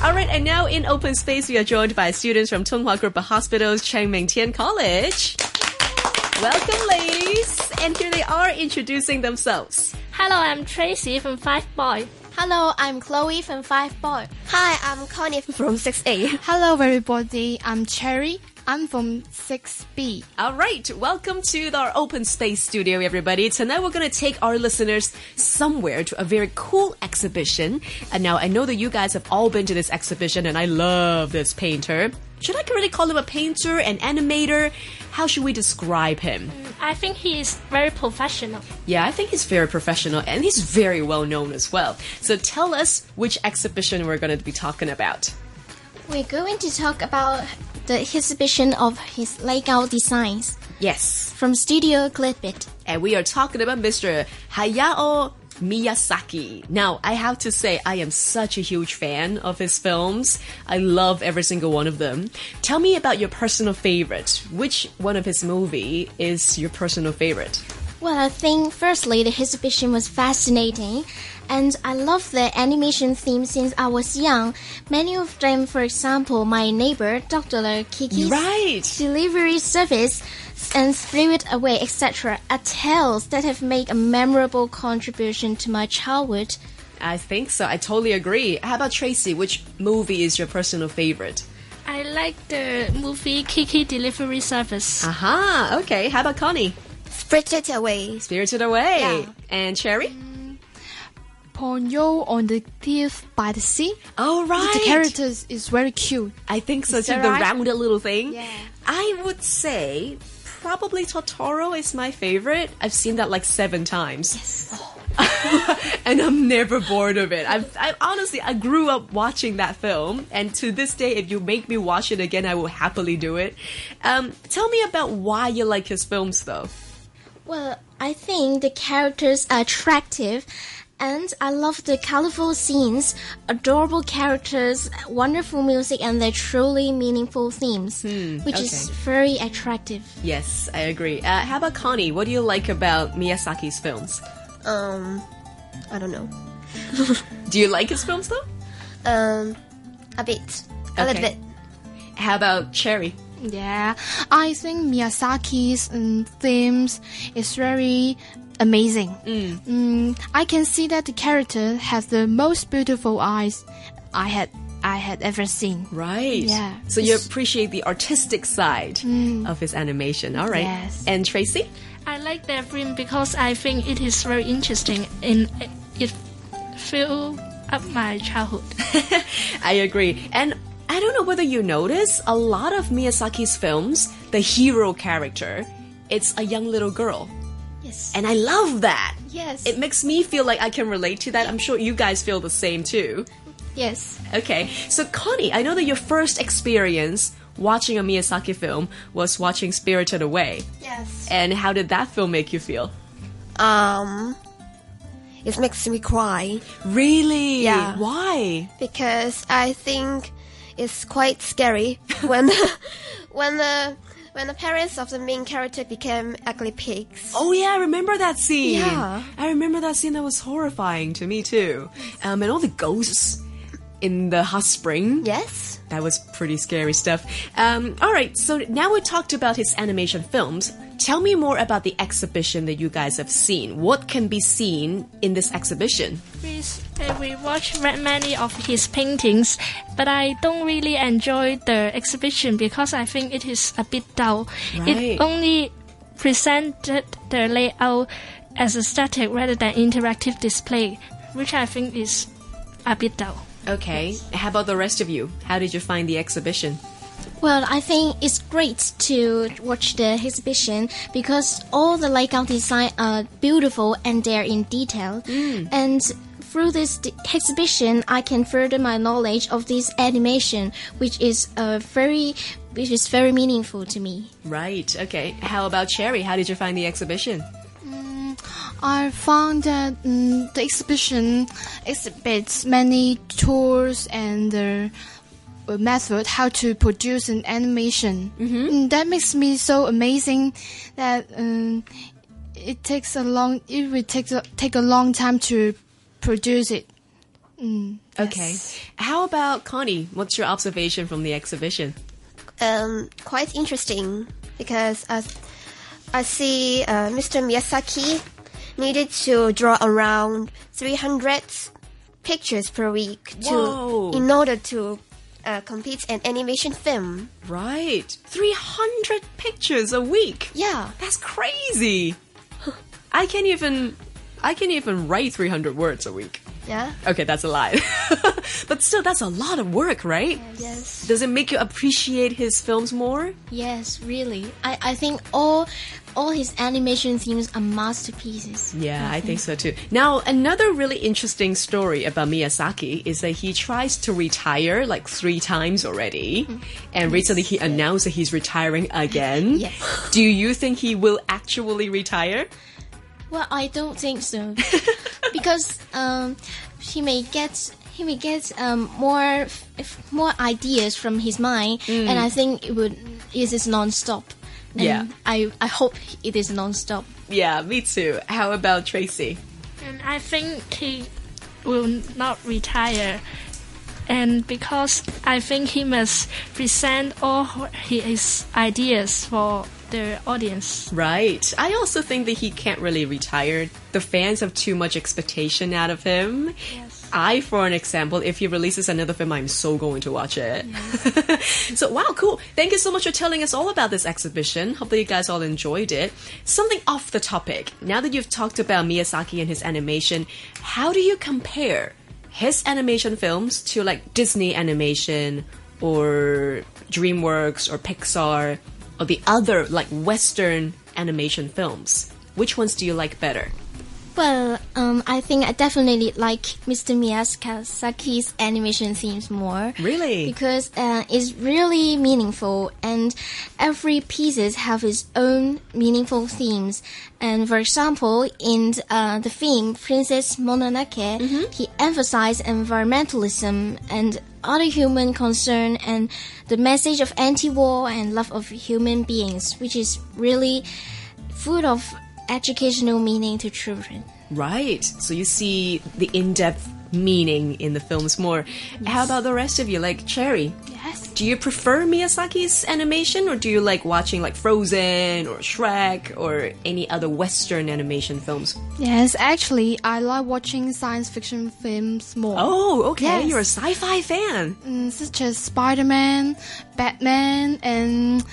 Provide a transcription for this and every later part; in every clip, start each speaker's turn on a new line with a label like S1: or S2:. S1: All right, and now in open space, we are joined by students from Tonghua Group of Hospitals, Changming Tian College. Welcome, ladies. And here they are introducing themselves.
S2: Hello, I'm Tracy from Five Boy.
S3: Hello, I'm Chloe from Five Boy.
S4: Hi, I'm Connie from 6A.
S5: Hello, everybody. I'm Cherry. I'm from 6B.
S1: All right, welcome to the, our open space studio, everybody. Tonight we're going to take our listeners somewhere to a very cool exhibition. And now I know that you guys have all been to this exhibition, and I love this painter. Should I really call him a painter, an animator? How should we describe him?
S2: I think he is very professional.
S1: Yeah, I think he's very professional and he's very well known as well. So tell us which exhibition we're going to be talking about.
S3: We're going to talk about the exhibition of his layout designs
S1: Yes,
S3: from Studio Clipit.
S1: and we are talking about Mr. Hayao Miyazaki. Now, I have to say, I am such a huge fan of his films. I love every single one of them. Tell me about your personal favorite. Which one of his movie is your personal favorite?
S3: Well, I think firstly the exhibition was fascinating, and I love the animation theme since I was young. Many of them, for example, my neighbor Dr. Kiki's
S1: Right.
S3: delivery service and Spirit Away, etc., are tales that have made a memorable contribution to my childhood.
S1: I think so. I totally agree. How about Tracy? Which movie is your personal favorite?
S2: I like the movie Kiki Delivery Service.
S5: Uh,
S1: Aha, okay. How about Connie?
S4: Spirited Away. Mm.
S1: Spirited Away. And Cherry?
S5: Ponyo on the Thief by the Sea.
S1: Oh, right.
S5: The characters is very cute.
S1: I think so
S5: Is
S1: too.
S5: that
S1: The
S5: right?
S1: rounded little thing.
S5: Yeah.
S1: I would say probably Totoro is my favorite. I've seen that like seven times. and I'm never bored of it. I've, I honestly, I grew up watching that film, and to this day, if you make me watch it again, I will happily do it. Um, tell me about why you like his films, though.
S3: Well, I think the characters are attractive, and I love the colorful scenes, adorable characters, wonderful music, and the truly meaningful themes, which is
S1: okay.
S3: very attractive.
S1: Yes, I agree. Uh, how about Connie? What do you like about Miyazaki's films?
S4: Um, I don't know.
S1: Do you like his films, though?
S4: Um, a bit. A
S1: Okay.
S4: little bit.
S1: How about Cherry?
S5: Yeah, I think Miyazaki's um, themes is very amazing. Mm. I can see that the character has the most beautiful eyes I had I had ever seen.
S1: Right.
S5: Yeah.
S1: So you appreciate the artistic side of his animation. All right.
S5: Yes.
S1: And Tracy?
S2: I like that film because I think it is very interesting and it fill up my childhood.
S1: I agree. And I don't know whether you notice a lot of Miyazaki's films, the hero character, it's a young little girl.
S3: Yes.
S1: And I love that.
S3: Yes.
S1: It makes me feel like I can relate to that. I'm sure you guys feel the same too.
S3: yes.
S1: Okay. So Connie, I know that your first experience watching a Miyazaki film was watching Spirited Away.
S4: Yes.
S1: And how did that film make you feel?
S4: Um, it makes me cry
S1: Really?
S4: Yeah.
S1: Why?
S4: because I think it's quite scary when when the when the parents of the main character became ugly pigs.
S1: Oh yeah, I remember that scene.
S4: Yeah.
S1: I remember that scene. That was horrifying to me too. Um, and all the ghosts in the hot spring.
S4: Yes.
S1: That was pretty scary stuff. Um, all right, so now we talked about his animation films. Tell me more about the exhibition that you guys have seen. What can be seen in this exhibition?
S2: We, s- uh, we watched ma- many of his paintings, but I don't really enjoy the exhibition because I think it is a bit dull.
S1: Right.
S2: It only presented the layout as a static rather than interactive display, which I think is a bit dull.
S1: Okay. How about the rest of you? How did you find the exhibition?
S3: Well, I think it's great to watch the exhibition because all the layout design are beautiful and they're in detail. And through this d- exhibition, I can further my knowledge of this animation, which is a very, which is very meaningful to me.
S1: Right. Okay. How about Cherry? How did you find the exhibition?
S5: I found that um, the exhibition exhibits many tools and uh, method how to produce an animation. Mm, that makes me so amazing that um, it takes a long it would take a, take a long time to produce it. Mm,
S1: Okay. How about Connie? What's your observation from the exhibition?
S4: um, quite interesting because I, I see uh, Mr. Miyazaki needed to draw around 300 pictures per week
S1: Whoa.
S4: to in order to uh, complete an animation film.
S1: Right. 300 pictures a week.
S4: Yeah.
S1: That's crazy. I can't even I can even write 300 words a week.
S4: Yeah.
S1: Okay, that's a lie. but still that's a lot of work, right?
S3: Yes.
S1: Does it make you appreciate his films more?
S3: Yes, really. I, I think all all his animation themes are masterpieces.
S1: Yeah, I think so too. Now, another really interesting story about Miyazaki is that he tries to retire like three times already. And recently he announced that he's retiring again.
S3: Yes.
S1: Do you think he will actually retire?
S3: Well, I don't think so, because um, he may get he may get um, more f- more ideas from his mind, and I think it would it is non-stop. And
S1: Yeah.
S3: I I hope it is non-stop.
S1: Yeah, me too. How about Tracy?
S2: And I think he will not retire. And because I think he must present all his ideas for the audience.
S1: Right. I also think that he can't really retire. The fans have too much expectation out of him.
S2: Yes.
S1: I, for an example, if he releases another film, I'm so going to watch it. so, wow, cool. Thank you so much for telling us all about this exhibition. Hopefully, you guys all enjoyed it. Something off the topic. Now that you've talked about Miyazaki and his animation, how do you compare his animation films to like Disney animation or DreamWorks or Pixar or the other like Western animation films? Which ones do you like better?
S3: Well, um, I think I definitely like Mr. Miyazaki's animation themes more.
S1: Really?
S3: Because uh, it's really meaningful, and every pieces have its own meaningful themes. And for example, in uh, the film Princess Mononoke, he emphasized environmentalism and other human concern and the message of anti-war and love of human beings, which is really full of educational meaning to children.
S1: Right. So you see the in depth meaning in the films more. How about the rest of you? Like Cherry,
S5: Yes.
S1: do you prefer Miyazaki's animation or do you like watching like Frozen or Shrek or any other Western animation films?
S5: Yes, actually, I like watching science fiction films more.
S1: Oh, okay.
S5: Yes.
S1: You're a sci fi fan.
S5: Mm, such as Spider Man, Batman, and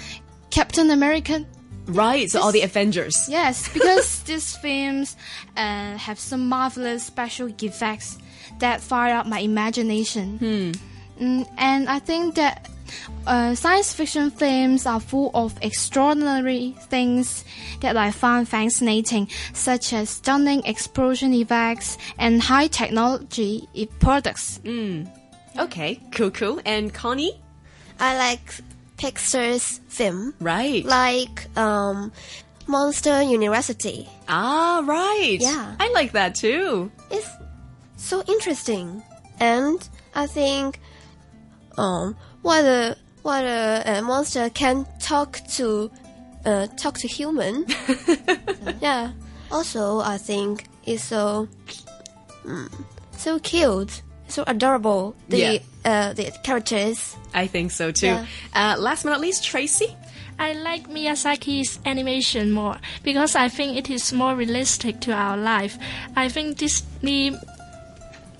S5: Captain America.
S1: Right. So all the Avengers.
S5: Yes, because these films uh, have some marvelous special effects that fire up my imagination. Mm, and I think that uh, science fiction films are full of extraordinary things that I find fascinating, such as stunning explosion effects and high technology i- products.
S1: Okay. Cool, cool. And Connie?
S4: I like Pixar's film,
S1: Right.
S4: like um, Monster University.
S1: ah, right.
S4: Yeah.
S1: I like that too.
S4: It's so interesting, and I think, um, what a what a, uh monster can talk to, uh, talk to human. yeah. Also, I think it's so, mm, so cute, so adorable. The uh, the characters.
S1: I think so too.
S4: Yeah.
S1: Uh, last but not least, Tracy?
S2: I like Miyazaki's animation more because I think it is more realistic to our life. I think Disney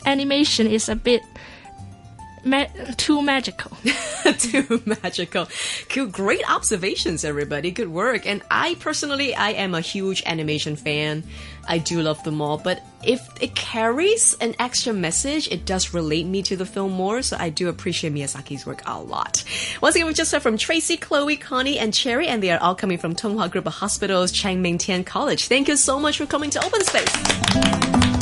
S2: animation is a bit ma- too magical.
S1: too magical. Cool. Great observations, everybody. Good work. And I personally, I am a huge animation fan. I do love them all. But if it carries an extra message, it does relate me to the film more. So I do appreciate Miyazaki's work a lot. Once again, we just heard from Tracy, Chloe, Connie, and Cherry, and they are all coming from Tonghua Group of Hospitals, Changming Tian College. Thank you so much for coming to Open Space.